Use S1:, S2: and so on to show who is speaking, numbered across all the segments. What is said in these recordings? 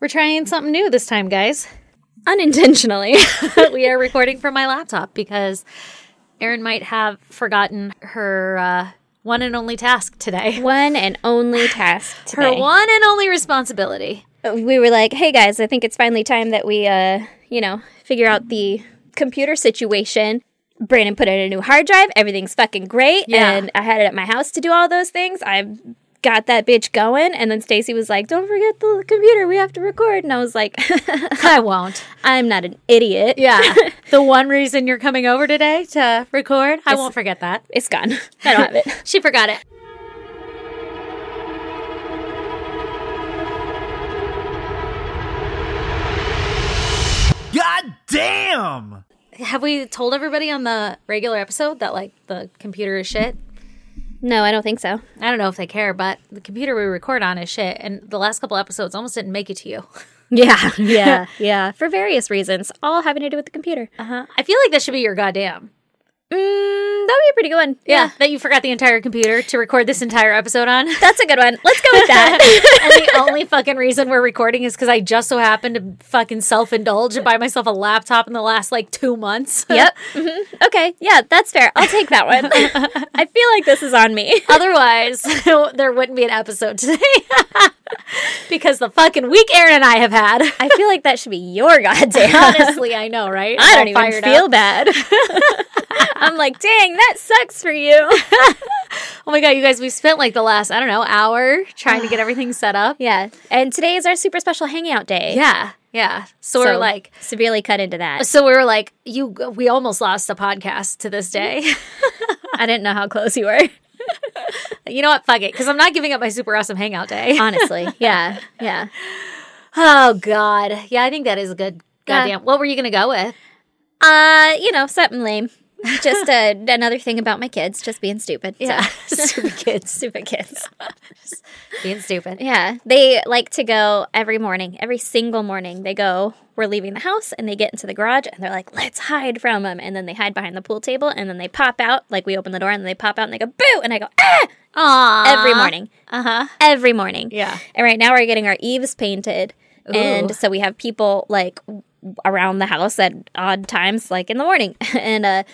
S1: We're trying something new this time, guys.
S2: Unintentionally.
S1: we are recording from my laptop because Erin might have forgotten her uh, one and only task today.
S2: One and only task
S1: Her
S2: today.
S1: one and only responsibility.
S2: We were like, hey guys, I think it's finally time that we, uh, you know, figure out the computer situation. Brandon put in a new hard drive. Everything's fucking great.
S1: Yeah.
S2: And I had it at my house to do all those things. I've got that bitch going. And then Stacy was like, don't forget the computer. We have to record. And I was like,
S1: I won't.
S2: I'm not an idiot.
S1: Yeah. the one reason you're coming over today to record, I won't forget that.
S2: It's gone. I don't have it.
S1: She forgot it.
S3: God damn!
S1: Have we told everybody on the regular episode that like the computer is shit?
S2: No, I don't think so.
S1: I don't know if they care, but the computer we record on is shit, and the last couple episodes almost didn't make it to you.
S2: Yeah, yeah, yeah. For various reasons, all having to do with the computer.
S1: Uh-huh. I feel like that should be your goddamn.
S2: Mm, that would be a pretty good one.
S1: Yeah, that you forgot the entire computer to record this entire episode on. and
S2: That's a good one. Let's go with that.
S1: the only fucking reason we're recording is because I just so happened to fucking self indulge and buy myself a laptop in the last like two months.
S2: yep. hmm Okay. Yeah, that's fair. I'll take that one. I feel like this is on me.
S1: Otherwise, there wouldn't be an episode today because the fucking week Aaron and I have had.
S2: I feel like that should be your goddamn.
S1: Honestly, I know, right?
S2: I don't
S1: All
S2: even
S1: fired
S2: feel
S1: up.
S2: bad. I'm like, dang, that sucks for you.
S1: Oh my god, you guys, we spent like the last I don't know hour trying to get everything set up.
S2: yeah. And today is our super special hangout day.
S1: Yeah, yeah. So, we're
S2: So,
S1: like,
S2: severely cut into that.
S1: so we were like, you. We almost lost a podcast to this day.
S2: I didn't know how close you were.
S1: you know what? Fuck it, because I'm not giving up my super awesome hangout day.
S2: Honestly. Yeah. Yeah.
S1: oh god, yeah. I think that is a good.
S2: Yeah.
S1: Goddamn. What were you gonna go with?
S2: Uh, you know, something lame. Just uh, another thing about my kids, just being stupid. so.
S1: stupid kids
S2: stupid kids.
S1: being stupid.
S2: Yeah, they like to go every morning, every single morning. They go, we're leaving the house, and they get into the garage, and they're like, let's hide from them. And then they hide behind the pool table, and then they pop out. Like, we open the door, and they pop out, and they go, boo! And I go, ah!
S1: Aww.
S2: Every morning.
S1: Uh huh.
S2: Every morning.
S1: Yeah.
S2: And right now, we're getting our eaves painted.
S1: Ooh.
S2: And so we have people like w- around the house at odd times, like in the morning. and uh,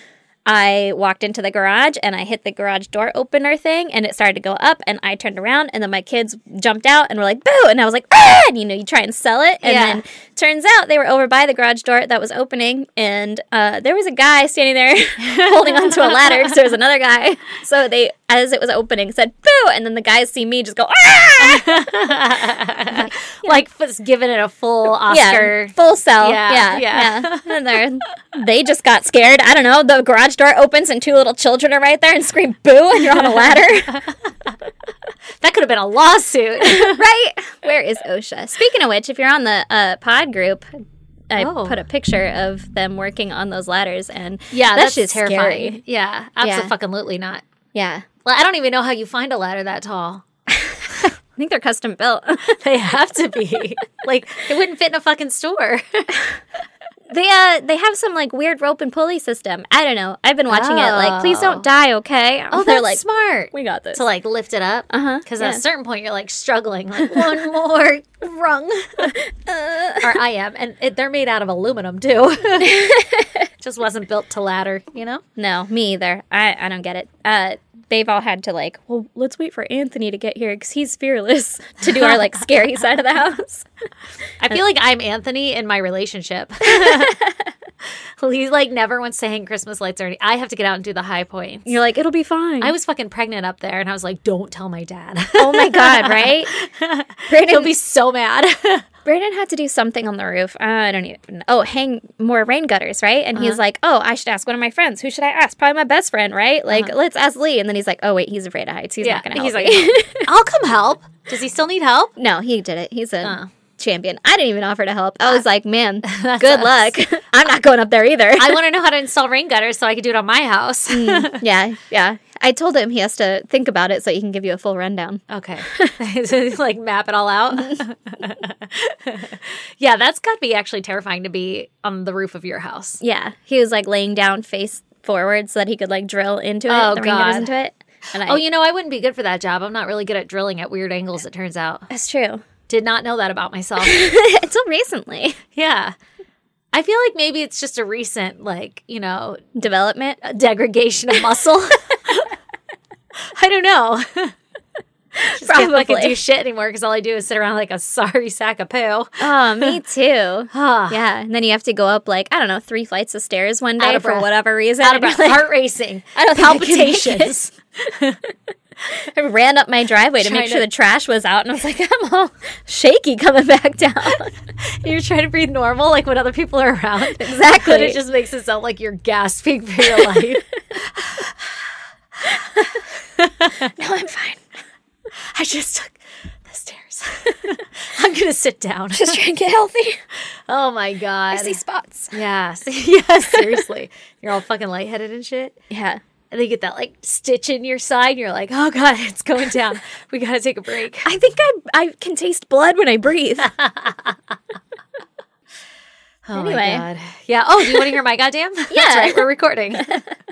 S2: I walked into the garage and I hit the garage door opener thing and it started to go up. And I turned around and then my kids jumped out and were like, boo. And I was like, ah! And you know, you try and sell it. And
S1: Yeah.
S2: then turns out they were over by the garage door that was opening. And uh, there was a guy standing there holding onto a ladder because there was another guy. So they, as it was opening, said, boo. And then the guys see me just go, ah!
S1: Like f- giving it a full Oscar.
S2: Yeah, full cell.
S1: Yeah,
S2: Yeah, yeah.
S1: yeah.
S2: And they're, they just got scared. I don't know. The garage door opens and two little children are right there and scream boo and you're on a ladder.
S1: That could have been a lawsuit.
S2: right? Where is OSHA? Speaking of which, if you're on the uh, pod group, I
S1: Oh.
S2: put a picture of them working on those ladders and
S1: yeah,
S2: that
S1: that's,
S2: shit's
S1: just terrifying.
S2: scary.
S1: Yeah, absolutely not.
S2: Yeah.
S1: Well, I don't even know how you find a ladder that tall.
S2: I think they're custom built.
S1: They have to be. like, it wouldn't fit in a fucking store.
S2: they uh they have some like weird rope and pulley system. I don't know. I've been watching it like please
S1: Oh.
S2: don't die, okay?
S1: Oh,
S2: they're
S1: that's
S2: like
S1: smart.
S2: we got this.
S1: To like lift it up. Uh
S2: Uh-huh,
S1: Because at
S2: yeah.
S1: a certain point, you're like struggling, like one more rung.
S2: Uh.
S1: or I am. And it, they're made out of aluminum too. Just wasn't built to ladder, you know?
S2: No, me either. I, I don't get it. Uh, they've all had to like, well, let's wait for Anthony to get here because he's fearless to do our like scary side of the house.
S1: I feel like I'm Anthony in my relationship. he like never wants to hang Christmas lights or any. I have to get out and do the high points.
S2: You're like, it'll be fine.
S1: I was fucking pregnant up there, and I was like, "Don't tell my dad.
S2: oh my god, right?
S1: He'll
S2: Brandon,
S1: be so mad."
S2: Brandon had to do something on the roof. Uh, I don't even. know. Oh, hang more rain gutters, right? And
S1: Uh-huh.
S2: he's like, oh, I should ask one of my friends. Who should I ask? Probably my best friend, right? Like, let's ask Lee. And then he's like, oh wait, he's afraid of heights. He's
S1: Uh-huh. yeah,
S2: not gonna. Help
S1: he's like,
S2: me."
S1: "I'll come help." Does he still need help?
S2: No, he did it. He's a
S1: Oh.
S2: champion. I didn't even offer to help. I was like, man, good luck. I'm not going up there either.
S1: Uh, I want to know how to install rain gutters so I can do it on my house.
S2: Mm. yeah, yeah. I told him he has to think about it so he can give you a full rundown.
S1: okay, like map it all out. yeah, that's got to be actually terrifying to be on the roof of your house.
S2: Yeah, he was like laying down face forward so that he could like drill into it.
S1: Oh,
S2: the ring goes
S1: God.
S2: into it. And I,
S1: Oh, you know, I wouldn't be good for that job. I'm not really good at drilling at weird angles. It turns out.
S2: that's true.
S1: Did not know that about myself.
S2: Until recently.
S1: yeah. I feel like maybe it's just a recent, like, you know,
S2: Development. Uh,
S1: degradation of muscle. I don't know. Just can't fucking do
S2: Probably.
S1: shit anymore because all I do is sit around like a sorry sack of poo.
S2: Oh, me too.
S1: Ah,
S2: Yeah, and then you have to go up like I don't know three flights of stairs one
S1: Out
S2: day
S1: of
S2: for
S1: breath.
S2: whatever reason.
S1: out of
S2: And you're
S1: breath, heart racing,
S2: I don't think I can make
S1: palpitations.
S2: like- I ran up my driveway to
S1: Trying
S2: make sure
S1: to-
S2: the trash was out, and I was like, I'm all shaky coming back down.
S1: You're trying to breathe normal, like when other people are around.
S2: Exactly.
S1: But it just makes it sound like you're gasping for your life.
S2: no, I'm fine.
S1: I just took the stairs. I'm gonna sit down.
S2: Just trying to get healthy.
S1: Oh my god.
S2: I see spots.
S1: Yeah. yeah. Seriously, you're all fucking lightheaded and shit.
S2: Yeah.
S1: And they get that like stitch in your side. And you're like, oh god, it's going down. We gotta take a break.
S2: I think I I can taste blood when I breathe.
S1: Oh
S2: Anyway.
S1: my god. Yeah. Oh, do you want to hear my goddamn? That's
S2: Yeah.
S1: right. We're recording.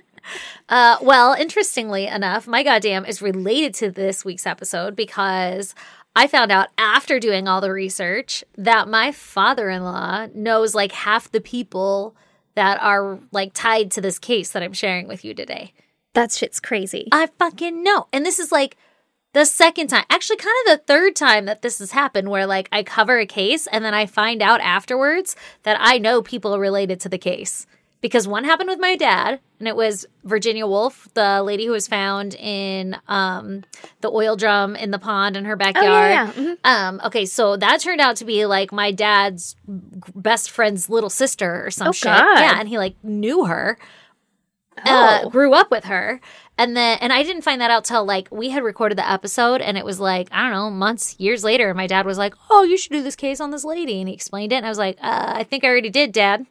S1: uh, well, interestingly enough, my goddamn is related to this week's episode because I found out after doing all the research that my father-in-law knows like half the people that are like tied to this case that I'm sharing with you today.
S2: that shit's crazy.
S1: I fucking know. And this is like the second time, actually, kind of the third time that this has happened where like I cover a case and then I find out afterwards that I know people related to the case. Because one happened with my dad, and it was Virginia Woolf, the lady who was found in um, the oil drum in the pond in her backyard.
S2: yeah, mhm.
S1: Um, okay, so that turned out to be like my dad's g- best friend's little sister or some shit.
S2: Oh, God.
S1: Yeah, and he like knew her uh,
S2: Oh.
S1: grew up with her. And then, and I didn't find that out till like we had recorded the episode, and it was like I don't know, months, years later. And my dad was like, "Oh, you should do this case on this lady," and he explained it, and I was like, uh, "I think I already did, Dad."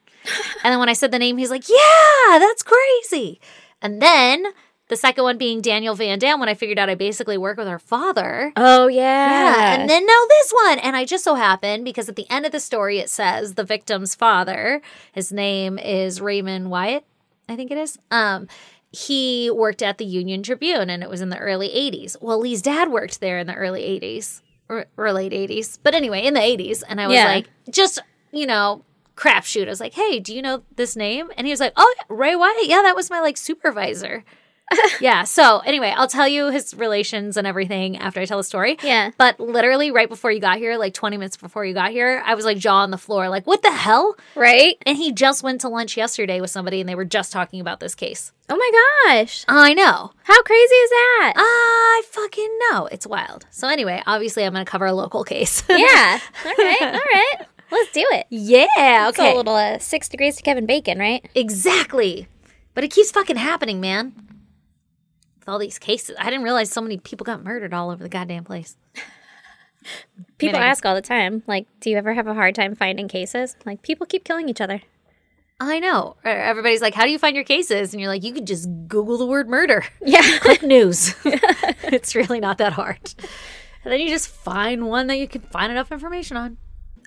S1: and then when I said the name, he's like, "Yeah, that's crazy." And then the second one being Daniel Van Dam, when I figured out I basically work with her father.
S2: Oh yeah.
S1: Yeah. And then now this one. And I just so happened because at the end of the story, it says the victim's father, his name is Raymond Wyatt, I think it is. Um, he worked at the Union Tribune and it was in the early 80s. Well, Lee's dad worked there in the early 80s or, or late 80s, but anyway, in the 80s. And I was
S2: Yeah.
S1: like, just, you know, crapshoot. I was like, hey, do you know this name? And he was like, oh, yeah, Ray Wyatt. Yeah, that was my like supervisor. yeah. So anyway, I'll tell you his relations and everything after I tell the story.
S2: Yeah.
S1: But literally right before you got here, like 20 minutes before you got here, I was like jaw on the floor, like, what the hell?
S2: right.
S1: And he just went to lunch yesterday with somebody and they were just talking about this case.
S2: Oh my gosh.
S1: I know.
S2: How crazy is that?
S1: I fucking know. It's wild. So anyway, obviously I'm going to cover a local case.
S2: yeah. All right. All right. Let's do it.
S1: yeah.
S2: It's a
S1: Okay.
S2: little uh, six degrees to Kevin Bacon, right?
S1: Exactly. But it keeps fucking happening, man. With all these cases, I didn't realize so many people got murdered all over the goddamn place.
S2: People
S1: Meaning-
S2: ask all the time, like, do you ever have a hard time finding cases? Like, people keep killing each other.
S1: I know. E-, Everybody's like, how do you find your cases? And you're like, you could just Google the word murder.
S2: Yeah.
S1: click news. it's really not that hard. And then you just find one that you can find enough information on.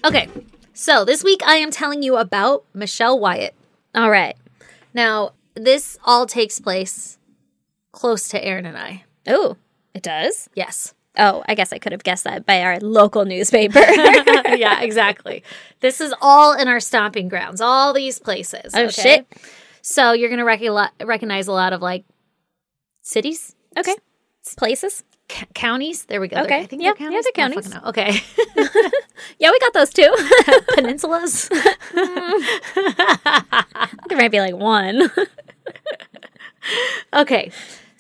S1: Okay, so this week I am telling you about Michelle Wyatt.
S2: all right.
S1: Now, this all takes place close to Aaron and I.
S2: Oh, it does?
S1: Yes.
S2: Oh, I guess I could have guessed that by our local newspaper. Oh,
S1: yeah, exactly. This is all in our stomping grounds, all these places.
S2: Oh, shit.
S1: So you're going to recognize recognize a lot of like cities,
S2: okay. Places?
S1: c- counties. There we go. They're-
S2: Okay.
S1: I think
S2: Yeah,
S1: they're
S2: yeah,
S1: counties.
S2: they're
S1: I don't
S2: counties.
S1: fucking know. Okay.
S2: Yeah, we got those too.
S1: Peninsulas.
S2: there might be like one.
S1: Okay.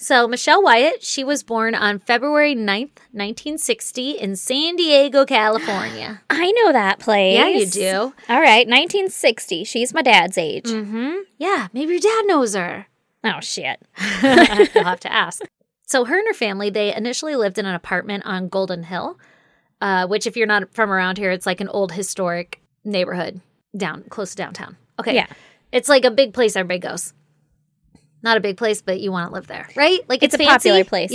S1: So Michelle Wyatt, she was born on February 9th, 1960 in San Diego, California.
S2: I know that place.
S1: Yeah, you do.
S2: All right, 1960. She's my dad's age.
S1: Yeah, maybe your dad knows her.
S2: Oh, shit.
S1: You'll have to ask. So her and her family, they initially lived in an apartment on Golden Hill, uh, which if you're not from around here, it's like an old historic neighborhood down close to downtown. Okay.
S2: Yeah.
S1: It's like a big place everybody goes. Not a big place, but you want to live there, right? Like it's,
S2: It's a
S1: fancy?
S2: popular place,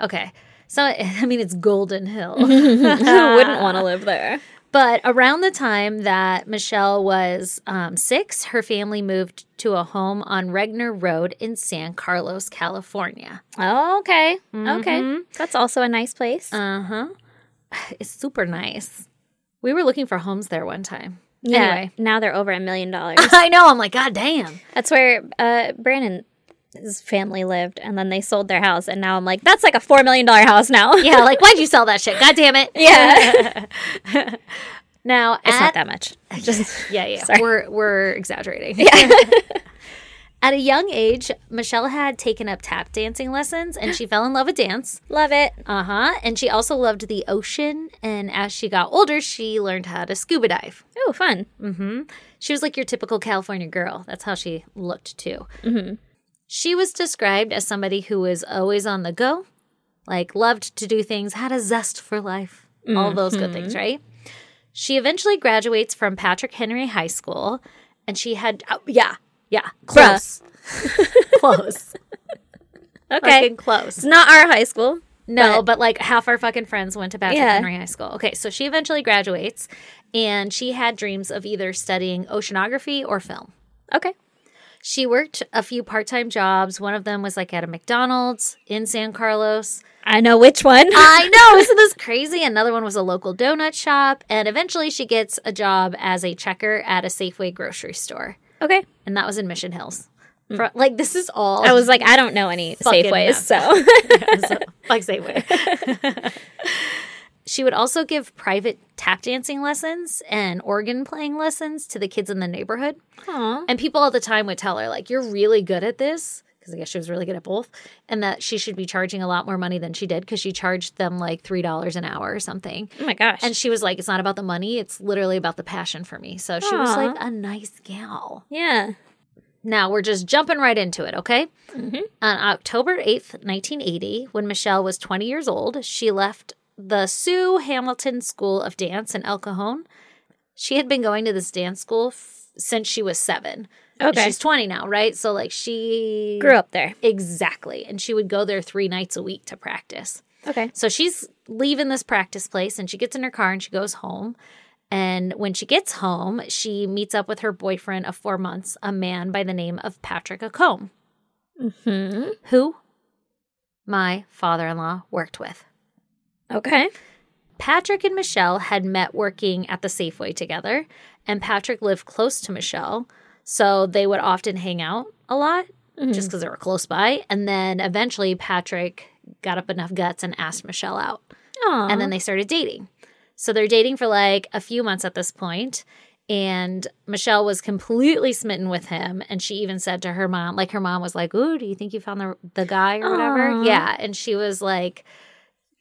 S1: Okay. So I mean, it's Golden Hill.
S2: Mm-hmm. Who wouldn't want to live there?
S1: But around the time that Michelle was um, six, her family moved to a home on Regner Road in San Carlos, California.
S2: Mm-hmm. Oh, okay. Okay. That's also a nice place.
S1: Uh huh. It's super nice. We were looking for homes there one time.
S2: Yeah.
S1: Anyway.
S2: Now they're over a million dollars.
S1: I know. I'm like, God damn.
S2: That's where uh, Brandon. His family lived, and then they sold their house, and now I'm like, that's like a four million dollar house now.
S1: Yeah, like why'd you sell that shit? God damn it.
S2: yeah,
S1: Now
S2: it's
S1: at
S2: not that much. Just
S1: Yeah, yeah.
S2: Sorry.
S1: We're we're exaggerating. Yeah. At a young age, Michelle had taken up tap dancing lessons and she fell in love with dance.
S2: love it.
S1: Uh huh. And she also loved the ocean. And as she got older, she learned how to scuba dive.
S2: Oh, fun.
S1: She was like your typical California girl. That's how she looked too. She was described as somebody who was always on the go, like loved to do things, had a zest for life, all those good things, right? She eventually graduates from Patrick Henry High School, and she had oh, yeah, yeah, close, close,
S2: Okay,
S1: fucking close.
S2: it's not our high school.
S1: No, but, like half our fucking friends went to Patrick
S2: Yeah.
S1: Henry High School. Okay, so she eventually graduates and she had dreams of either studying oceanography or film.
S2: Okay,
S1: She worked a few part time jobs. One of them was like at a McDonald's in San Carlos.
S2: I know which one.
S1: I know, isn't this crazy? Another one was a local donut shop. And eventually she gets a job as a checker at a Safeway grocery store.
S2: okay,
S1: And that was in Mission Hills. Fro- like, this is all.
S2: I was like, I don't know any
S1: Fucking
S2: Safeways, so
S1: So, like Safeway. she would also give private tap dancing lessons and organ playing lessons to the kids in the neighborhood.
S2: Aw.
S1: And people all the time would tell her, like, you're really good at this. Because I guess she was really good at both, and that she should be charging a lot more money than she did because she charged them like $3 an hour or something.
S2: oh my gosh,
S1: And she was like, It's not about the money, it's literally about the passion for me. So she was
S2: Aw.
S1: like a nice gal.
S2: yeah,
S1: Now we're just jumping right into it, okay?
S2: Mm-hmm.
S1: On October 8th, 1980, when Michelle was 20 years old, she left the Sue Hamilton School of Dance in El Cajon. She had been going to this dance school f- since she was seven. And
S2: Okay.
S1: She's 20 now, right? So, like, she
S2: grew up there.
S1: Exactly. And she would go there three nights a week to practice.
S2: Okay,
S1: So she's leaving this practice place and she gets in her car and she goes home. And when she gets home, she meets up with her boyfriend of four months, a man by the name of Patrick Acombe,
S2: Hmm.
S1: who my father in law worked with.
S2: okay,
S1: Patrick and Michelle had met working at the Safeway together, and Patrick lived close to Michelle. So they would often hang out a lot just because they were close by. And then eventually, Patrick got up enough guts and asked Michelle out
S2: Aw.
S1: and then they started dating. So they're dating for like a few months at this point, And Michelle was completely smitten with him. And she even said to her mom, like her mom was like, Ooh, do you think you found the the guy or whatever?
S2: Aw.
S1: Yeah. And she was like,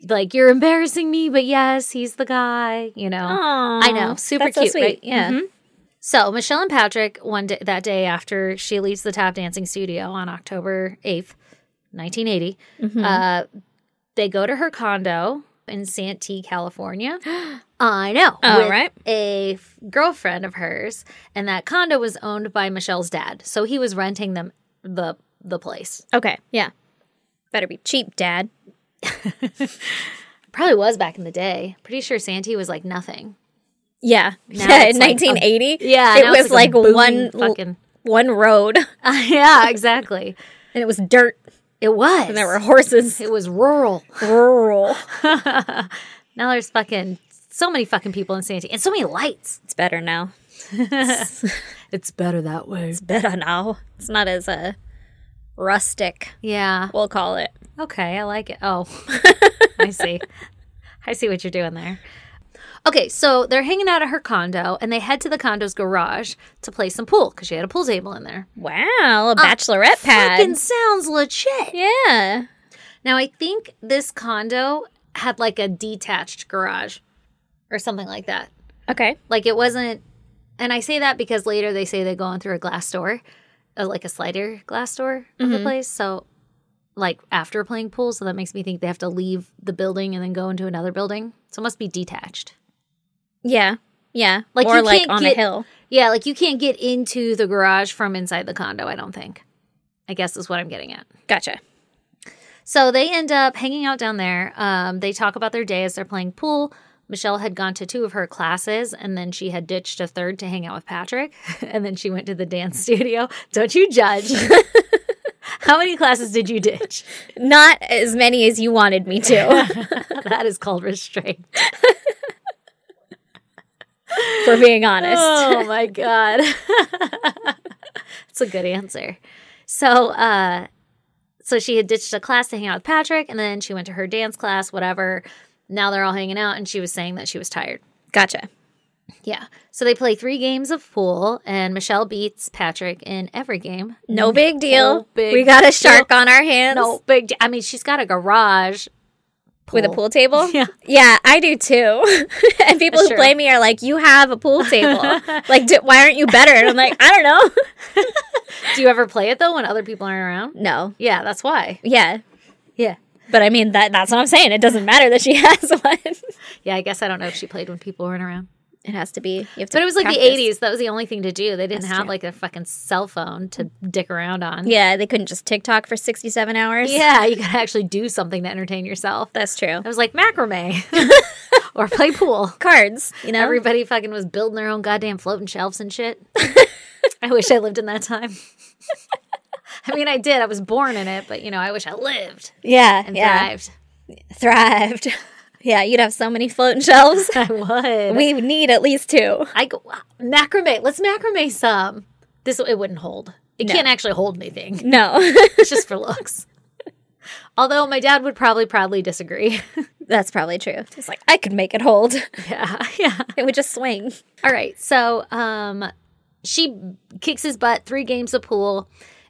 S1: like, you're embarrassing me, but yes, he's the guy, you know.
S2: Aw.
S1: uh, I know. Super
S2: That's so
S1: cute,
S2: sweet.
S1: right?
S2: Mm-hmm. Yeah.
S1: Mhm. So Michelle and Patrick one day that day after she leaves the tap dancing studio on October eighth, nineteen uh, they go to her condo in Santee, California. I know.
S2: Oh,
S1: with
S2: right.
S1: A f- girlfriend of hers, and that condo was owned by Michelle's dad, so he was renting them the the place.
S2: Okay, yeah, better be cheap, Dad.
S1: Probably was back in the day. Pretty sure Santee was like nothing.
S2: Yeah,
S1: Now
S2: yeah,
S1: it's
S2: in
S1: like a-
S2: 1980,
S1: Yeah,
S2: it
S1: now it's
S2: was
S1: like
S2: like,
S1: a
S2: one
S1: booming fucking-
S2: one road, and
S1: yeah, exactly.
S2: it was dirt,
S1: It was.
S2: and there were horses.
S1: It was rural.
S2: Rural.
S1: Now there's fucking so many fucking people in Santee and so many lights.
S2: It's better now.
S1: It's better that way.
S2: Better now. It's not as uh, rustic.
S1: Yeah.
S2: We'll call it.
S1: Okay, I like it. Oh, I see. I see what you're doing there. Okay, so they're hanging out at her condo and they head to the condo's garage to play some pool because she had a pool table in there.
S2: Wow, a bachelorette pad.
S1: Fucking sounds legit.
S2: Yeah.
S1: Now, I think this condo had like a detached garage or something like that.
S2: Okay.
S1: Like it wasn't, and I say that because later they say they go in through a glass door, uh, like a slider glass door of the place. So, like after playing pool, so that makes me think they have to leave the building and then go into another building. So it must be detached.
S2: Yeah. Yeah.
S1: Like,
S2: Like or
S1: you
S2: like
S1: can't
S2: on
S1: get-
S2: a hill.
S1: Yeah, like you can't get into the garage from inside the condo. I don't think. I guess is what I'm getting at.
S2: Gotcha.
S1: So they end up hanging out down there. Um, they talk about their day as they're playing pool. Michelle had gone to two of her classes and then she had ditched a third to hang out with Patrick. And then she went to the dance studio. Don't you judge. How many classes did you ditch?
S2: Not as many as you wanted me to,
S1: that is called restraint.
S2: for being honest.
S1: Oh my god. That's a good answer. So uh so she had ditched a class to hang out with Patrick and then she went to her dance class, whatever. Now they're all hanging out and she was saying that she was tired.
S2: Gotcha.
S1: Yeah. So they play three games of pool and Michelle beats Patrick in every game.
S2: No big deal.
S1: No big
S2: we got a shark on our hands
S1: No big de- I mean, she's got a garage
S2: with a pool table.
S1: Yeah.
S2: Yeah, I do too. and people who
S1: Sure.
S2: blame me are like, "You have a pool table. like, d- why aren't you better?" And I'm like, "I don't know."
S1: Do you ever play it though when other people aren't around?
S2: no.
S1: Yeah, that's why.
S2: Yeah.
S1: Yeah.
S2: But I mean that that's what I'm saying. It doesn't matter that she has one.
S1: Yeah, I guess I don't know if she played when people weren't around.
S2: It has to be. You have to
S1: But it was like
S2: practice.
S1: the 80s. That was the only thing to do. They didn't
S2: That's
S1: have
S2: true.
S1: like a fucking cell phone to dick around on.
S2: Yeah, they couldn't just TikTok for 67 hours.
S1: Yeah, you could actually do something to entertain yourself.
S2: That's true.
S1: I was like macrame or play pool.
S2: Cards, you know.
S1: Everybody fucking was building their own goddamn floating shelves and shit. I wish I lived in that time. I mean, I did. I was born in it, but you know, I wish I lived
S2: yeah,
S1: and
S2: yeah.
S1: thrived.
S2: Thrived. yeah, you'd have so many floating shelves.
S1: I would.
S2: we need at least two.
S1: I go macrame. Let's macrame some. This it wouldn't hold. It
S2: No.
S1: can't actually hold anything.
S2: No.
S1: It's just for looks. Although my dad would probably proudly disagree.
S2: That's probably true. It's like I could make it hold. It
S1: yeah, yeah.
S2: would just swing.
S1: All right. So, um she kicks his butt three games of pool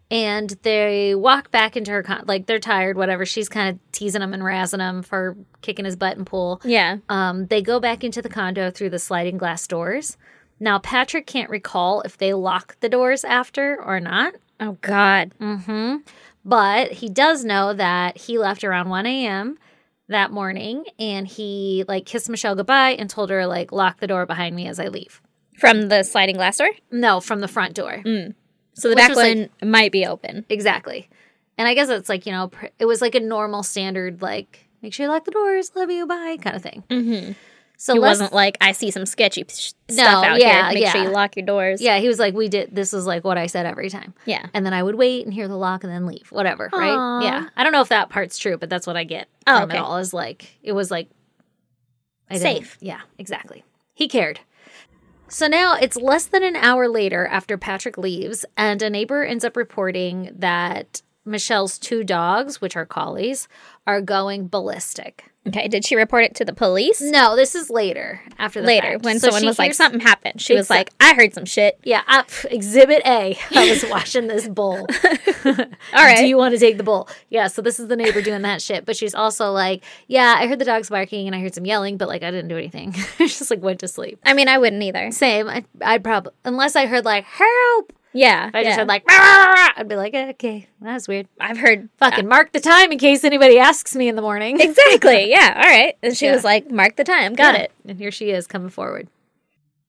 S1: and they walk back into her con- like they're tired whatever. She's kind of teasing him and razzing him for kicking his butt in pool.
S2: Yeah.
S1: Um, they go back into the condo through the sliding glass doors. Now, Patrick can't recall if they lock the doors after or not. Mm-hmm.
S2: Oh God.
S1: But he does know that he left around 1 a.m. that morning and he like kissed Michelle goodbye and told her like lock the door behind me as I leave.
S2: From the sliding glass door,
S1: No, from the front door.
S2: so the
S1: Which
S2: back
S1: was, like-
S2: one might be open.
S1: Exactly. And I guess it's like, you know, pr- it was like a normal standard like make sure you lock the doors, love you, bye kind of thing. Mm-hmm. So
S2: It
S1: Les-
S2: wasn't like I see some sketchy p- stuff out
S1: yeah,
S2: here. Make sure
S1: yeah.
S2: you lock your doors.
S1: yeah, he was like we did this is like what I said every time.
S2: Yeah.
S1: And then I would wait and hear the lock and then leave, whatever,
S2: Aw.
S1: right? Yeah. I don't know if that part's true, but that's what I get
S2: Oh,
S1: from
S2: okay.
S1: it all is like, it was like I
S2: Safe.
S1: Yeah, exactly. He cared. So now it's less than an hour later after Patrick leaves, and a neighbor ends up reporting that Michelle's two dogs, which are collies, are going ballistic.
S2: Okay. Did she report it to the police
S1: No, this is later after the
S2: later
S1: fact.
S2: when
S1: So
S2: someone
S1: she
S2: was like
S1: hears-
S2: something happened? She was
S1: Exa-
S2: like, I heard some shit.
S1: Yeah, I, pff, exhibit A. I was washing this bowl.
S2: All right.
S1: Do you want to take the bowl? Yeah. So this is the neighbor doing that shit, but she's also like, yeah, I heard the dogs barking and I heard some yelling, but like I didn't do anything. I just like went to sleep.
S2: I mean, I wouldn't either.
S1: Same. I, I'd probably unless I heard like help.
S2: Yeah.
S1: If I just
S2: yeah.
S1: heard like "Rah, rah, rah," I'd be like, "Eh, okay, that's weird.
S2: I've heard
S1: Fucking mark the time in case anybody asks me in the morning.
S2: exactly. Yeah. All right. And she
S1: Yeah.
S2: was like, mark the time. Got
S1: Yeah.
S2: it.
S1: And here she is coming forward.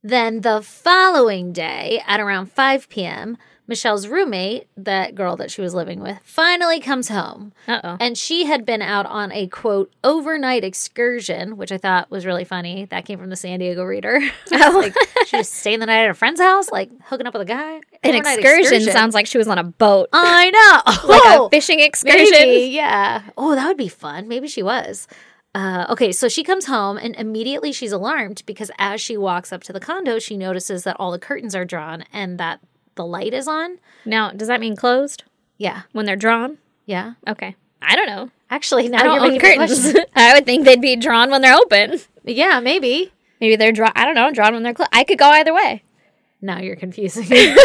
S1: Then the following day, at around 5 p.m., Michelle's roommate, that girl that she was living with, finally comes home.
S2: Uh oh.
S1: And she had been out on a quote overnight excursion, which I thought was really funny. That came from the San Diego Reader.
S2: Oh.
S1: like, she just staying the night at a friend's house, like hooking up with a guy.
S2: An
S1: Overnight
S2: excursion, sounds like she was on a boat,
S1: I know,
S2: like
S1: Oh,
S2: a fishing excursion.
S1: maybe, yeah. Oh, that would be fun. Maybe she was. Uh, okay, so she comes home and immediately she's alarmed because as she walks up to the condo, she notices that all the curtains are drawn and that the light is on.
S2: Now, does that mean closed
S1: Yeah,
S2: when they're drawn?
S1: yeah.
S2: Okay. I don't know.
S1: Actually, now
S2: I don't
S1: Oh, you're
S2: own
S1: making me
S2: curtains.
S1: question.
S2: I would think they'd be drawn when they're open.
S1: Yeah, maybe.
S2: Maybe they're drawn. I don't know. Drawn when they're closed. I could go either way.
S1: Now you're confusing me.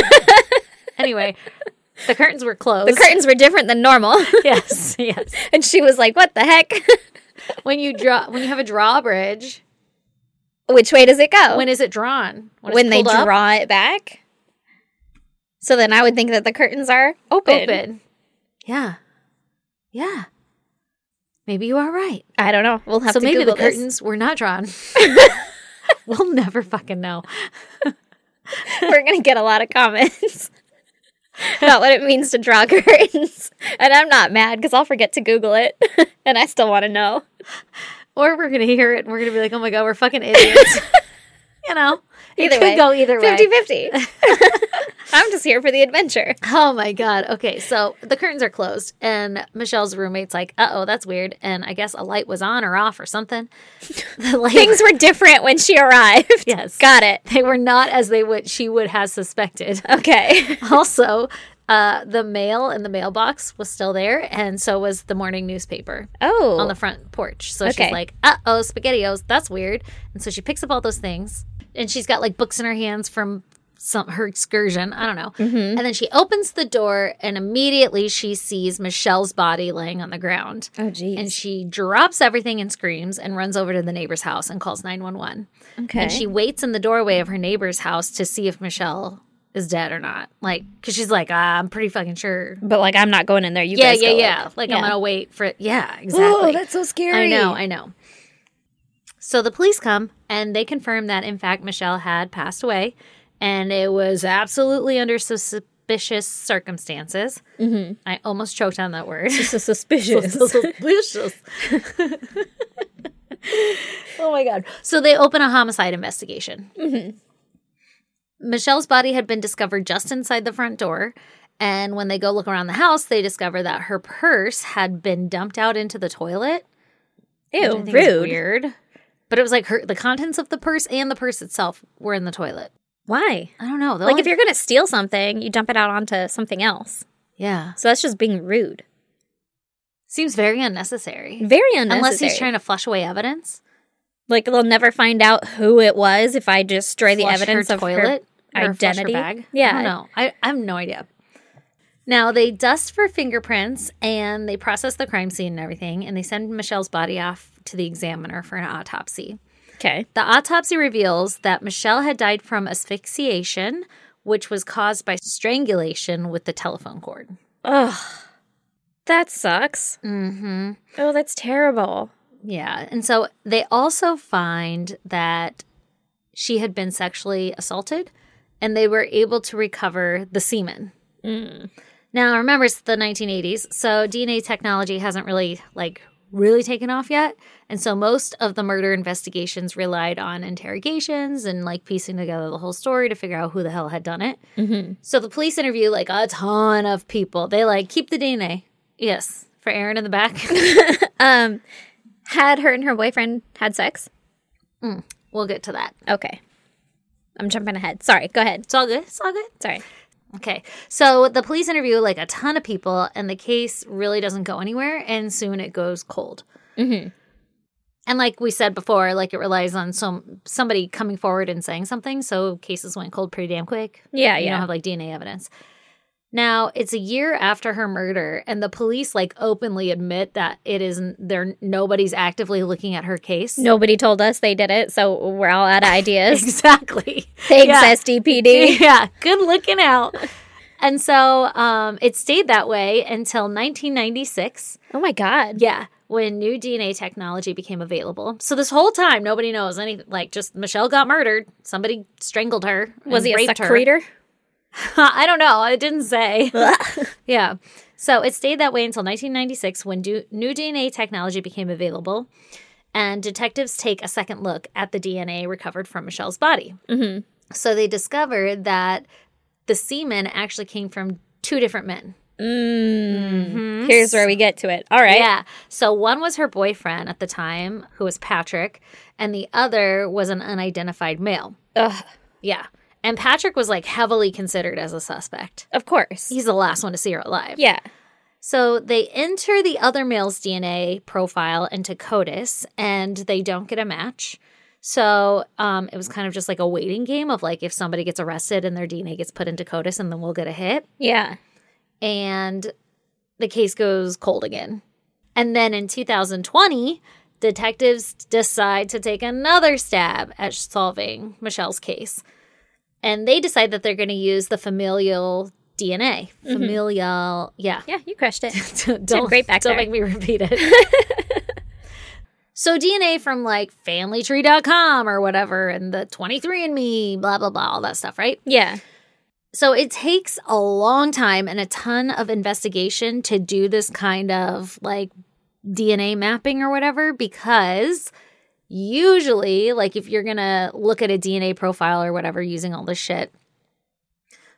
S1: anyway, the curtains were closed.
S2: The curtains were different than normal,
S1: yes, yes.
S2: and she was like, "What the heck?
S1: When you draw, when you have a drawbridge,
S2: Which way does it go?"
S1: when is it drawn? it's
S2: when they
S1: pulled up?
S2: draw it back. So then I would think that the curtains are open.
S1: open. Yeah, yeah. Maybe you are right.
S2: I don't know. We'll have
S1: so
S2: to
S1: maybe
S2: Google
S1: the
S2: this.
S1: curtains were not drawn. we'll never fucking know.
S2: We're gonna get a lot of comments about what it means to draw curtains, and I'm not mad because I'll forget to Google it, and I still want to know.
S1: Or we're gonna hear it and we're gonna be like, oh my god, we're fucking idiots. you know,
S2: Either
S1: it
S2: way.
S1: could go either way.
S2: 50 50. I'm just here for the adventure.
S1: Oh my god. Okay, so the curtains are closed, and Michelle's roommate's like, "Uh oh, that's weird." And I guess a light was on or off or something. The light-
S2: Things were different when she arrived.
S1: Yes.
S2: Got it.
S1: they were not as they would she would have suspected.
S2: Okay.
S1: also, uh, the mail in the mailbox was still there, and so was the morning newspaper
S2: Oh.
S1: on the front porch. So
S2: Okay.
S1: she's like, "Uh oh, spaghettios, that's weird." And so she picks up all those things, and she's got like books in her hands from some her excursion. I don't know.
S2: Mm-hmm.
S1: And then she opens the door, and immediately she sees Michelle's body laying on the ground.
S2: oh, geez.
S1: And she drops everything and screams and runs over to the neighbor's house and calls 911.
S2: okay.
S1: And she waits in the doorway of her neighbor's house to see if Michelle is dead or not. Like, because she's like, ah, I'm pretty fucking sure.
S2: but, like, I'm not going in there. You
S1: Yeah,
S2: guys
S1: yeah,
S2: go,
S1: yeah.
S2: Like,
S1: Like, I'm
S2: yeah.
S1: going to wait for it. Yeah,
S2: Whoa,
S1: exactly.
S2: that's so scary.
S1: I know, I know. So the police come and they confirm that, in fact, Michelle had passed away and it was absolutely under suspicious circumstances. Mm-hmm. I almost choked on that word.
S2: so suspicious.
S1: Suspicious. oh my god! So they open a homicide investigation. Michelle's body had been discovered just inside the front door, and when they go look around the house, they discover that her purse had been dumped out into the toilet. which I
S2: Ew,
S1: think is
S2: rude.
S1: weird. But it was like her the contents of the purse and the purse itself were in the toilet.
S2: Why?
S1: I don't know. The
S2: Like,
S1: only-
S2: if you're going to steal something, you dump it out onto something else.
S1: yeah,
S2: So that's just being rude.
S1: seems very unnecessary.
S2: Very unnecessary.
S1: Unless he's trying to flush away evidence.
S2: Like they'll never find out who it was if I destroy the
S1: flush
S2: evidence
S1: her
S2: of
S1: toilet
S2: her
S1: or flush her
S2: identity.
S1: bag.
S2: Yeah.
S1: I don't know. I, I have no idea. Now they dust for fingerprints and they process the crime scene and everything, and they send Michelle's body off to the examiner for an autopsy.
S2: Okay.
S1: The autopsy reveals that Michelle had died from asphyxiation, which was caused by strangulation with the telephone cord.
S2: Ugh. That sucks. Mm-hmm. Oh, that's terrible.
S1: Yeah. And so they also find that she had been sexually assaulted and they were able to recover the semen. Now, remember, it's the 1980s, so DNA technology hasn't really, like, really taken off yet. And so most of the murder investigations relied on interrogations and, like, piecing together the whole story to figure out who the hell had done it. So the police interview, like, a ton of people. They, like, keep the DNA. Yes. For Aaron in the back.
S2: Um, had her and her boyfriend had sex?
S1: we'll get to that.
S2: Okay. I'm jumping ahead. Sorry. Go ahead.
S1: It's all good. It's all good.
S2: Sorry.
S1: Okay. So the police interview like a ton of people, and the case really doesn't go anywhere, and soon it goes cold. Mm-hmm. And like we said before, like it relies on some somebody coming forward and saying something. So cases went cold pretty damn quick.
S2: Yeah.
S1: You don't
S2: Uh, Yeah.
S1: have like DNA evidence. Now it's a year after her murder, and the police like openly admit that it isn't. There, nobody's actively looking at her case.
S2: Nobody told us they did it, so we're all out of ideas.
S1: exactly.
S2: Thanks,
S1: Yeah.
S2: SDPD.
S1: yeah, good looking out. And so um, it stayed that way until 1996.
S2: Oh my god.
S1: Yeah, when new DNA technology became available. So this whole time, nobody knows anything. Like, just Michelle got murdered. Somebody strangled her.
S2: Was
S1: and
S2: he a
S1: raped her.
S2: secretor?
S1: I don't know. It didn't say. yeah. So it stayed that way until 1996 when do- new DNA technology became available and detectives take a second look at the DNA recovered from Michelle's body. Mm-hmm. So they discovered that the semen actually came from two different men.
S2: Here's where we get to it. All right.
S1: Hmm? Yeah. So one was her boyfriend at the time, who was Patrick, and the other was an unidentified male.
S2: Ugh,
S1: Yeah. And Patrick was like heavily considered as a suspect.
S2: of course.
S1: He's the last one to see her alive.
S2: Yeah.
S1: So they enter the other male's DNA profile into CODIS and they don't get a match. So um, it was kind of just like a waiting game of like if somebody gets arrested and their DNA gets put into CODIS and then we'll get a hit.
S2: Yeah.
S1: And the case goes cold again. And then in 2020, detectives decide to take another stab at solving Michelle's case. And they decide that they're going to use the familial DNA. Familial, yeah.
S2: Yeah, you crushed it.
S1: D- don't
S2: great back
S1: don't
S2: there.
S1: make me repeat it. so DNA from like familytree.com or whatever and the 23andme blah blah blah all that stuff, right?
S2: yeah.
S1: So it takes a long time and a ton of investigation to do this kind of like DNA mapping or whatever because Usually, like if you're going to look at a DNA profile or whatever using all this shit,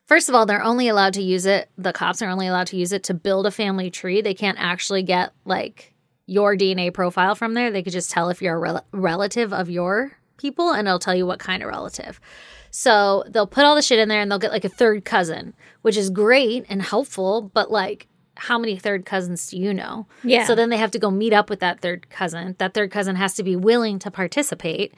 S1: First of all, they're only allowed to use it, the cops are only allowed to use it to build a family tree. They can't actually get like your DNA profile from there. They could just tell if you're a rel- relative of your people and it'll tell you what kind of relative. So they'll put all the shit in there and they'll get like a third cousin, which is great and helpful, but like, how many third cousins do you know?
S2: Yeah.
S1: So then they have to go meet up with that third cousin. That third cousin has to be willing to participate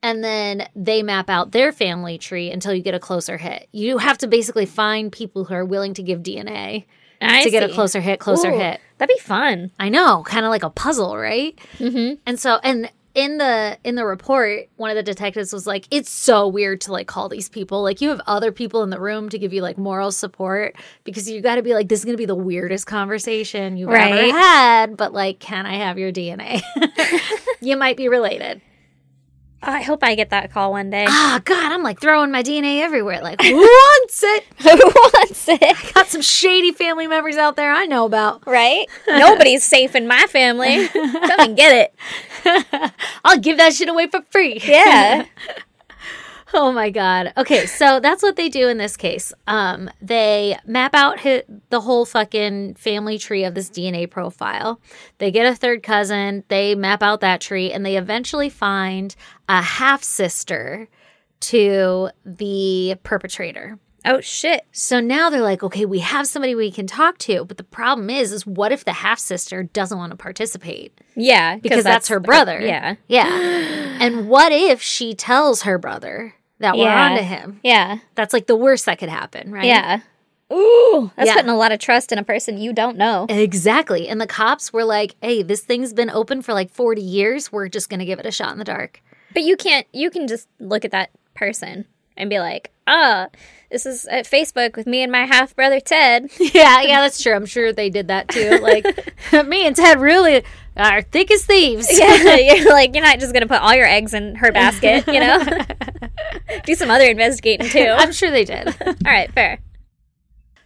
S1: and then they map out their family tree until you get a closer hit. You have to basically find people who are willing to give DNA
S2: I
S1: to get a
S2: see.
S1: closer hit, closer
S2: Ooh,
S1: hit.
S2: That'd be fun.
S1: I know, kind of like a puzzle, right? Mm-hmm. And so, and in the in the report, one of the detectives was like, "It's so weird to like call these people. Like, you have other people in the room to give you like moral support because you got to be like, this is gonna be the weirdest conversation you've
S2: Right.
S1: ever had. But like, can I have your DNA? you might be related.
S2: I hope I get that call one day.
S1: ah, God, I'm like throwing my DNA everywhere. Like, who wants it?
S2: Who wants it?
S1: Got some shady family members out there I know about.
S2: Right? Nobody's safe in my family. Come and get it.
S1: I'll give that shit away for free.
S2: Yeah.
S1: oh my God. Okay, so that's what they do in this case. Um, they map out hi- the whole fucking family tree of this DNA profile. They get a third cousin. They map out that tree, and they eventually find a half sister to the perpetrator.
S2: Oh shit.
S1: So now they're like, okay, we have somebody we can talk to, but the problem is, is what if the half sister doesn't want to participate
S2: Yeah,
S1: because that's, her brother?
S2: yeah.
S1: yeah. And what if she tells her brother that we're
S2: Yeah.
S1: onto him?
S2: Yeah.
S1: That's like the worst that could happen, right?
S2: Yeah. Ooh, that's
S1: Yeah.
S2: putting a lot of trust in a person you don't know.
S1: Exactly. And the cops were like, hey, this thing's been open for like 40 years. We're just going to give it a shot in the dark.
S2: But you can't. You can just look at that person and be like, "Ah, this is at Facebook with me and my half brother Ted."
S1: Yeah, yeah, that's true. I'm sure they did that too. Like, me and Ted really are thick as thieves.
S2: yeah, you're like, you're not just gonna put all your eggs in her basket, you know? Do some other investigating too. all
S1: I'm sure they did.
S2: right, fair.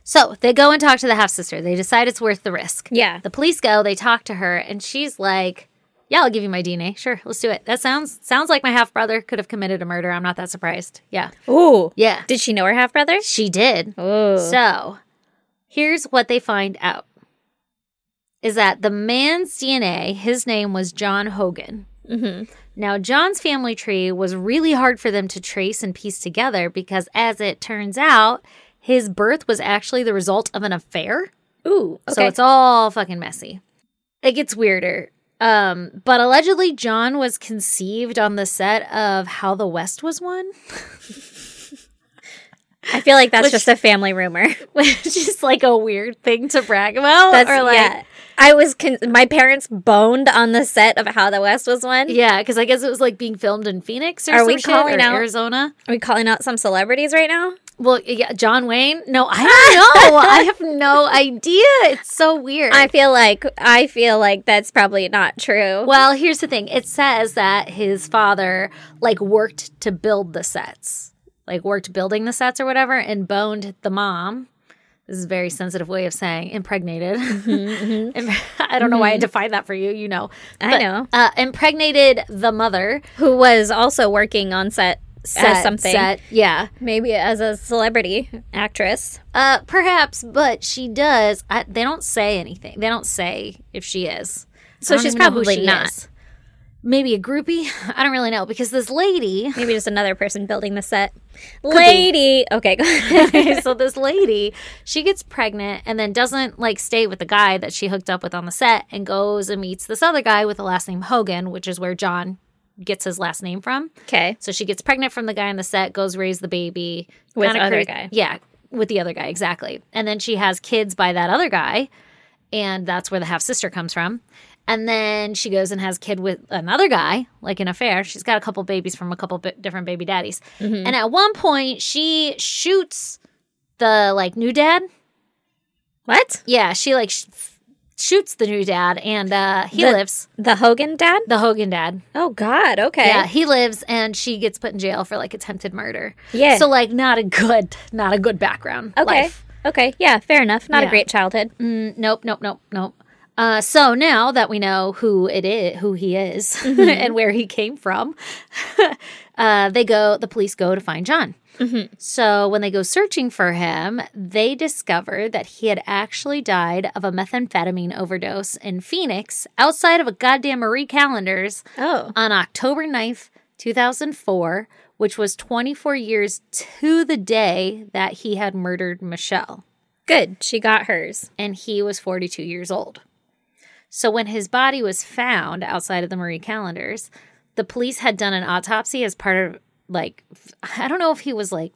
S1: So they go and talk to the half sister. They decide it's worth the risk.
S2: Yeah.
S1: The police go, they talk to her, and she's like, Yeah, I'll give you my DNA. Sure, let's do it. That sounds sounds like my half brother could have committed a murder. I'm not that surprised. Yeah.
S2: Ooh.
S1: Yeah.
S2: Did she know her half brother?
S1: She did.
S2: Ooh.
S1: So here's what they find out is that the man's DNA, his name was John Hogan.
S2: Mm-hmm.
S1: Now, John's family tree was really hard for them to trace and piece together because, as it turns out, his birth was actually the result of an affair.
S2: Ooh. Okay.
S1: So it's all fucking messy. It gets weirder. Um, but allegedly, John was conceived on the set of How the West Was Won,
S2: I feel like that's
S1: Which-
S2: just a family rumor.
S1: which is like a weird thing to brag about.
S2: That's
S1: or like,
S2: yeah. I was con- my parents boned on the set of How the West Was Won.
S1: yeah, because I guess it was like being filmed in Phoenix or
S2: Are
S1: some
S2: we
S1: shit,
S2: calling
S1: or
S2: out-
S1: Arizona.
S2: Are we calling out some celebrities right now?
S1: Well, yeah, John Wayne. No, I don't know. I have no idea. It's so weird.
S2: I feel like I feel like that's probably not true.
S1: well, here's the thing. It says that his father like worked to build the sets, like worked building the sets or whatever, and boned the mom. This is a very sensitive way of saying impregnated. I don't know why I defined that for you. You mm-hmm. know,
S2: I know.
S1: Uh, impregnated the mother.
S2: Who was also working on set, as
S1: Set,
S2: something,
S1: set, yeah.
S2: maybe as a celebrity actress.
S1: Uh, perhaps, but she does. I, they don't say anything. They don't say if she is.
S2: So
S1: I don't
S2: she's
S1: even know who
S2: probably not.
S1: is. Maybe a groupie. I don't really know because this lady.
S2: Maybe just another person building the set. Lady, okay, go ahead.
S1: so this lady, she gets pregnant and then doesn't like stay with the guy that she hooked up with on the set and goes and meets this other guy with the last name Hogan, which is where John gets his last name from.
S2: okay.
S1: So she gets pregnant from the guy on the set, goes raise the baby
S2: With
S1: Kinda
S2: other
S1: cra-
S2: guy.
S1: Yeah, with the other guy exactly. And then she has kids by that other guy, and that's where the half sister comes from. And then she goes and has kid with another guy, like an affair. She's got a couple babies from a couple bi- different baby daddies.
S2: Mm-hmm.
S1: And at one point, she shoots the like new dad.
S2: What?
S1: Yeah, she like sh- shoots the new dad, and uh, he
S2: The-
S1: lives.
S2: The Hogan dad?
S1: The Hogan dad.
S2: Oh God. Okay.
S1: Yeah, he lives and she gets put in jail for like attempted murder.
S2: Yeah.
S1: So like not a good not a good background.
S2: Okay.
S1: Life.
S2: Okay. Yeah. Fair enough. Not a
S1: Yeah.
S2: great childhood.
S1: Mm, nope, nope, nope, nope. Uh, so now that we know who it is, who he is,
S2: Mm-hmm.
S1: and where he came from, uh, they go. The police go to find John.
S2: Mm-hmm.
S1: So when they go searching for him, they discover that he had actually died of a methamphetamine overdose in Phoenix, outside of a goddamn Marie Callender's,
S2: Oh.
S1: on October 9th, 2004, which was 24 years to the day that he had murdered Michelle
S2: Good. She got hers.
S1: and he was 42 years old. So when his body was found outside of the Marie Callender's, the police had done an autopsy as part of like f- I don't know if he was like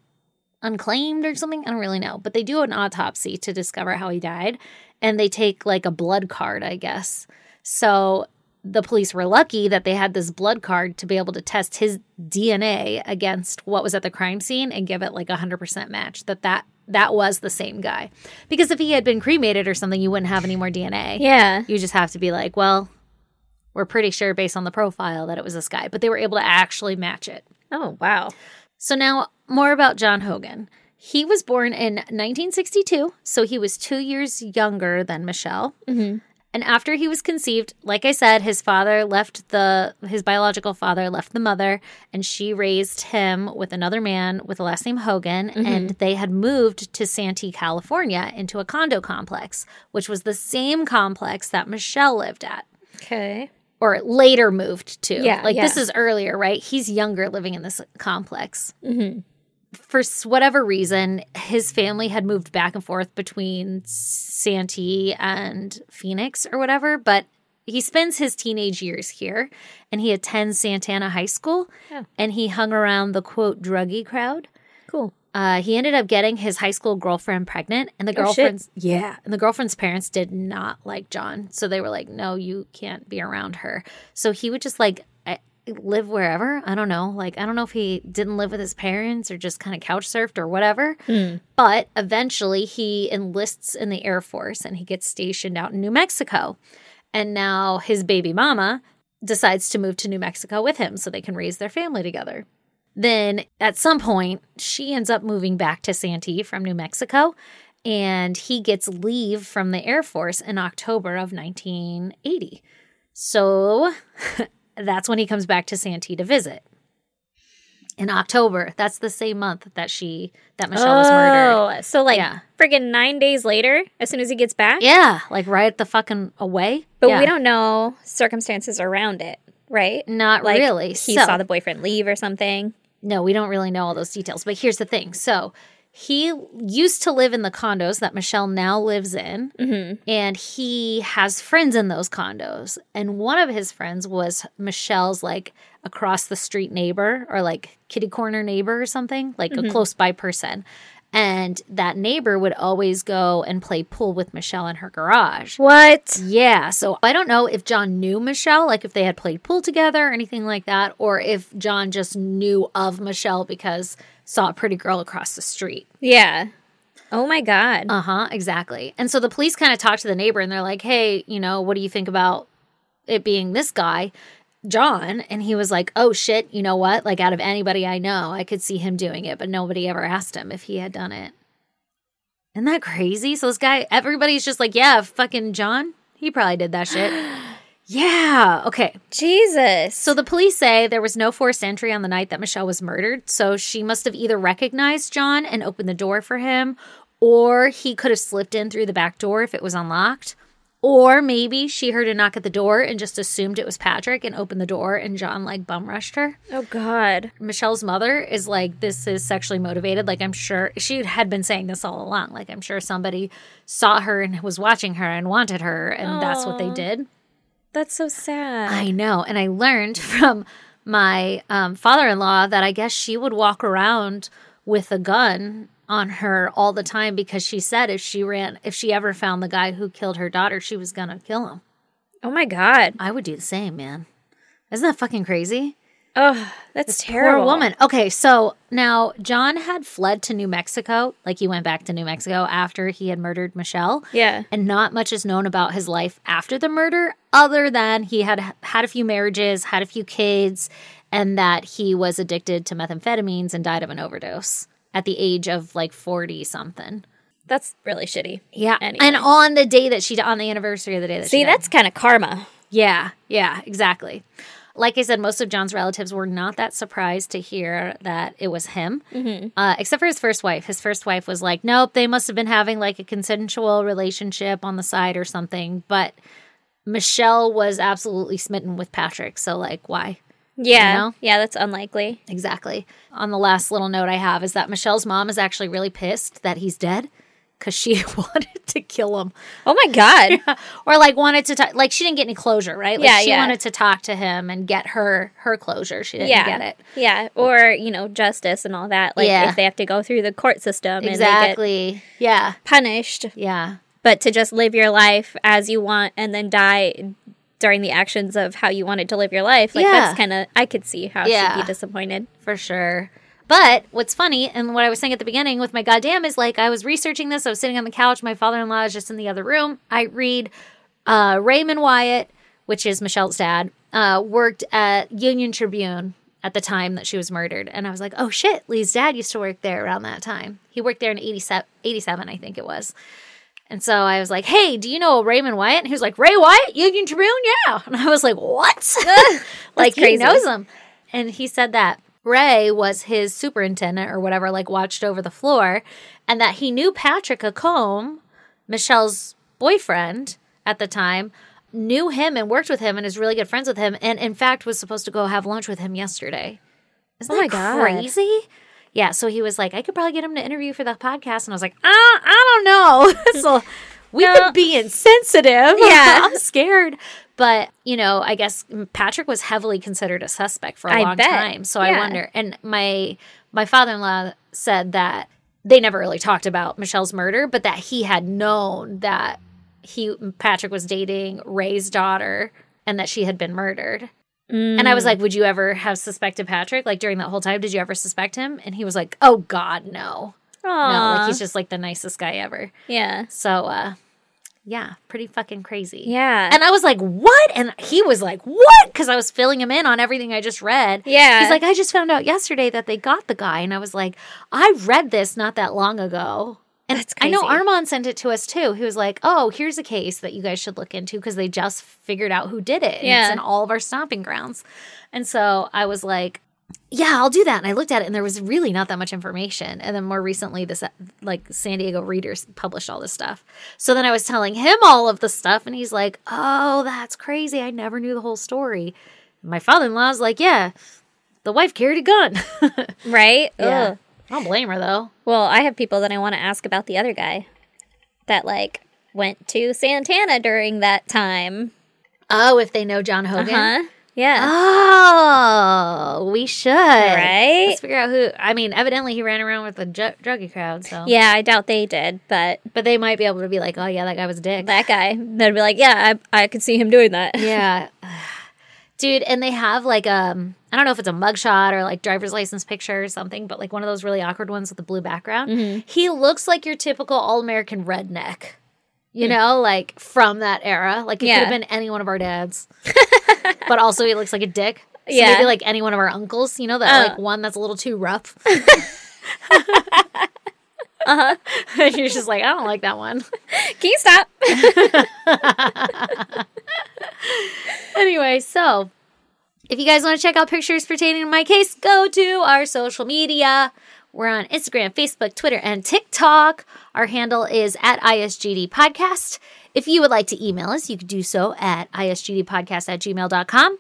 S1: unclaimed or something, I don't really know, but they do an autopsy to discover how he died and they take like a blood card, I guess. So the police were lucky that they had this blood card to be able to test his DNA against what was at the crime scene and give it like a 100% match that that that was the same guy. Because if he had been cremated or something, you wouldn't have any more DNA.
S2: Yeah.
S1: You just have to be like, well, we're pretty sure based on the profile that it was this guy, but they were able to actually match it.
S2: Oh, wow.
S1: So now more about John Hogan. He was born in 1962, so he was two years younger than Michelle. And after he was conceived, like I said, his father left the his biological father left the mother, and she raised him with another man with the last name Hogan. And they had moved to Santee, California, into a condo complex, which was the same complex that Michelle lived at
S2: Okay.
S1: or later moved to.
S2: Yeah,
S1: like
S2: yeah.
S1: this is earlier, right? He's younger living in this complex.
S2: Mm-hmm.
S1: For s- whatever reason, his family had moved back and forth between Santee and Phoenix or whatever, but he spends his teenage years here and he attends Santana High School and he hung around the quote druggy crowd.
S2: Cool.
S1: Uh, he ended up getting his high school girlfriend pregnant, and the
S2: Oh, shit.
S1: girlfriend's yeah, and the girlfriend's parents did not like John, so they were like, "No, you can't be around her." So he would just like I- live wherever. I don't know, like I don't know if he didn't live with his parents or just kind of couch surfed or whatever. But eventually, he enlists in the Air Force and he gets stationed out in New Mexico, and now his baby mama decides to move to New Mexico with him so they can raise their family together then at some point she ends up moving back to Santee from New Mexico and he gets leave from the Air Force in October of 1980. So that's when he comes back to Santee to visit. In October, that's the same month that she that Michelle was murdered.
S2: Oh, so like
S1: Yeah.
S2: friggin' nine days later, as soon as he gets back.
S1: Yeah, like right the fucking away.
S2: But
S1: Yeah.
S2: we don't know circumstances around it, right?
S1: not
S2: Like
S1: really.
S2: he
S1: So-
S2: saw the boyfriend leave or something.
S1: no, we don't really know all those details. But here's the thing. So he used to live in the condos that Michelle now lives in, and he has friends in those condos. And one of his friends was Michelle's like across the street neighbor or like kitty corner neighbor or something, like a close by person. And that neighbor would always go and play pool with Michelle in her garage.
S2: What?
S1: Yeah. So I don't know if John knew Michelle, like if they had played pool together or anything like that, or if John just knew of Michelle because saw a pretty girl across the street.
S2: Yeah. Oh my god.
S1: Uh huh. Exactly. And so the police kind of talked to the neighbor and they're like, hey, you know, what do you think about it being this guy, John? And he was like, oh shit, you know what? Like out of anybody I know, I could see him doing it, but nobody ever asked him if he had done it. Isn't that crazy? So this guy, everybody's just like, yeah, fucking John, he probably did that shit. yeah. Okay.
S2: Jesus.
S1: So the police say there was no forced entry on the night that Michelle was murdered, so she must have either recognized John and opened the door for him, or he could have slipped in through the back door if it was unlocked. Or maybe she heard a knock at the door and just assumed it was Patrick and opened the door and John like bum rushed her.
S2: oh god.
S1: Michelle's mother is like, this is sexually motivated. Like, I'm sure she had been saying this all along. Like, I'm sure somebody saw her and was watching her and wanted her, and that's what they did.
S2: That's so sad.
S1: I know. And I learned from my um, father in law that I guess she would walk around with a gun on her all the time because she said if she ran, if she ever found the guy who killed her daughter, she was going to kill him.
S2: oh my god.
S1: I would do the same, man. Isn't that fucking crazy?
S2: Oh, that's terrible.
S1: Poor woman. Okay, so now John had fled to New Mexico, like he went back to New Mexico after he had murdered Michelle.
S2: Yeah.
S1: And not much is known about his life after the murder other than he had had a few marriages, had a few kids, and that he was addicted to methamphetamines and died of an overdose at the age of like 40 something.
S2: that's really shitty.
S1: Yeah.
S2: Anyway.
S1: And on the day that she, di- on the anniversary of the day that she
S2: See,
S1: died.
S2: that's kind of karma.
S1: Yeah, yeah, exactly. Like I said, most of John's relatives were not that surprised to hear that it was him, uh, except for his first wife. His first wife was like, nope, they must have been having like a consensual relationship on the side or something. But Michelle was absolutely smitten with Patrick. So, like, why?
S2: Yeah.
S1: You know?
S2: Yeah, that's unlikely.
S1: Exactly. On the last little note I have is that Michelle's mom is actually really pissed that he's dead because she wanted to kill him.
S2: Oh my god.
S1: or like wanted to talk like she didn't get any closure right like
S2: Yeah,
S1: she
S2: yeah.
S1: wanted to talk to him and get her her closure she didn't
S2: yeah.
S1: get it
S2: Yeah, or, you know, justice and all that. Like
S1: Yeah.
S2: if they have to go through the court system and they get
S1: exactly yeah
S2: punished,
S1: yeah
S2: but to just live your life as you want and then die during the actions of how you wanted to live your life. Like
S1: Yeah.
S2: that's kind of I could see how she'd
S1: Yeah.
S2: be disappointed.
S1: for sure but what's funny and what i was saying at the beginning with my goddamn is like i was researching this i was sitting on the couch my father-in-law is just in the other room i read uh, raymond wyatt which is michelle's dad uh, worked at union tribune at the time that she was murdered and i was like oh shit lee's dad used to work there around that time he worked there in 87, 87 i think it was And so I was like, hey, do you know Raymond Wyatt? And he was like, Ray Wyatt, Union Tribune? Yeah. And I was like, what? like, he
S2: crazy.
S1: knows him. And he said that Ray was his superintendent or whatever, like, watched over the floor, and that he knew Patrick Acombe, Michelle's boyfriend at the time, knew him and worked with him and is really good friends with him. And in fact, was supposed to go have lunch with him yesterday. Isn't
S2: Oh my
S1: that
S2: God.
S1: crazy? Yeah, so he was like, I could probably get him to interview for that podcast, and I was like, uh, I don't know. so we could be insensitive.
S2: Yeah.
S1: I'm scared. But you know, I guess Patrick was heavily considered a suspect for a
S2: I
S1: long
S2: bet.
S1: time. So I
S2: Yeah.
S1: wonder. And my my father in law said that they never really talked about Michelle's murder, but that he had known that he Patrick was dating Ray's daughter and that she had been murdered.
S2: Mm.
S1: And I was like, Would you ever have suspected Patrick? Like during that whole time, did you ever suspect him? And he was like, Oh God, no. No. Like he's just like the nicest guy ever.
S2: yeah.
S1: So uh yeah, pretty fucking crazy.
S2: Yeah.
S1: And I was like, What? And he was like, What? Because I was filling him in on everything I just read.
S2: yeah.
S1: He's like, I just found out yesterday that they got the guy. And I was like, I read this not that long ago. And
S2: That's
S1: I know
S2: crazy.
S1: Armand sent it to us too. He was like, Oh, here's a case that you guys should look into because they just figured out who did it. And
S2: Yeah.
S1: It's in all of our stomping grounds. And so I was like, yeah, I'll do that. And I looked at it, and there was really not that much information. And then more recently, this like San Diego Readers published all this stuff. So then I was telling him all of the stuff, and he's like, "Oh, that's crazy! I never knew the whole story." My father-in-law's like, "Yeah, the wife carried a gun."
S2: right?
S1: yeah,
S2: Ugh.
S1: I don't blame her though.
S2: Well, I have people that I want to ask about the other guy that like went to Santana during that time.
S1: Oh, if they know John Hogan.
S2: Huh? Yeah.
S1: Oh, we should.
S2: Right?
S1: Let's figure out who. I mean, evidently he ran around with the ju- druggy crowd, so.
S2: Yeah, I doubt they did, but
S1: But they might be able to be like, oh, yeah, that guy was a dick.
S2: that guy, they'd be like, yeah, I, I could see him doing that.
S1: Yeah. Dude, and they have like um I don't know if it's a mugshot or like driver's license picture or something, but like one of those really awkward ones with the blue background.
S2: Mm-hmm.
S1: He looks like your typical all American redneck. You know, like from that era. Like it
S2: Yeah.
S1: could have been any one of our dads. but also he looks like a dick. So
S2: Yeah.
S1: maybe like any one of our uncles, you know, that
S2: Oh.
S1: like one that's a little too rough. Uh-huh. And you're just like, I don't like that one.
S2: Can you stop?
S1: anyway, so if you guys want to check out pictures pertaining to my case, go to our social media. We're on Instagram, Facebook, Twitter, and TikTok. Our handle is at ISGD Podcast. If you would like to email us, you could do so at isgdpodcast at gmail.com.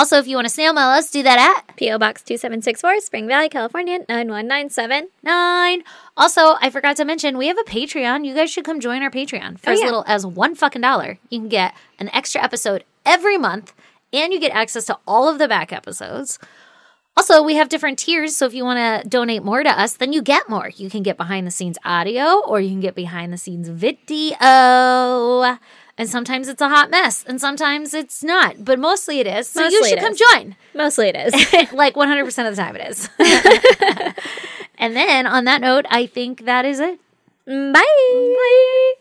S1: Also, if you want to snail mail us, do that at
S2: P.O. Box 2764, Spring Valley, California, 9197.
S1: nine. Also, I forgot to mention we have a Patreon. You guys should come join our Patreon for
S2: Oh,
S1: as
S2: yeah.
S1: little as one fucking dollar. You can get an extra episode every month, and you get access to all of the back episodes. Also, we have different tiers, so if you want to donate more to us, then you get more. You can get behind the scenes audio, or you can get behind the scenes video. And sometimes it's a hot mess, and sometimes it's not, but mostly it is. So you
S2: Mostly
S1: should
S2: it
S1: come
S2: is.
S1: join
S2: Mostly it is.
S1: like 100% of the time it is. and then on that note, I think that is it.
S2: Bye. Bye.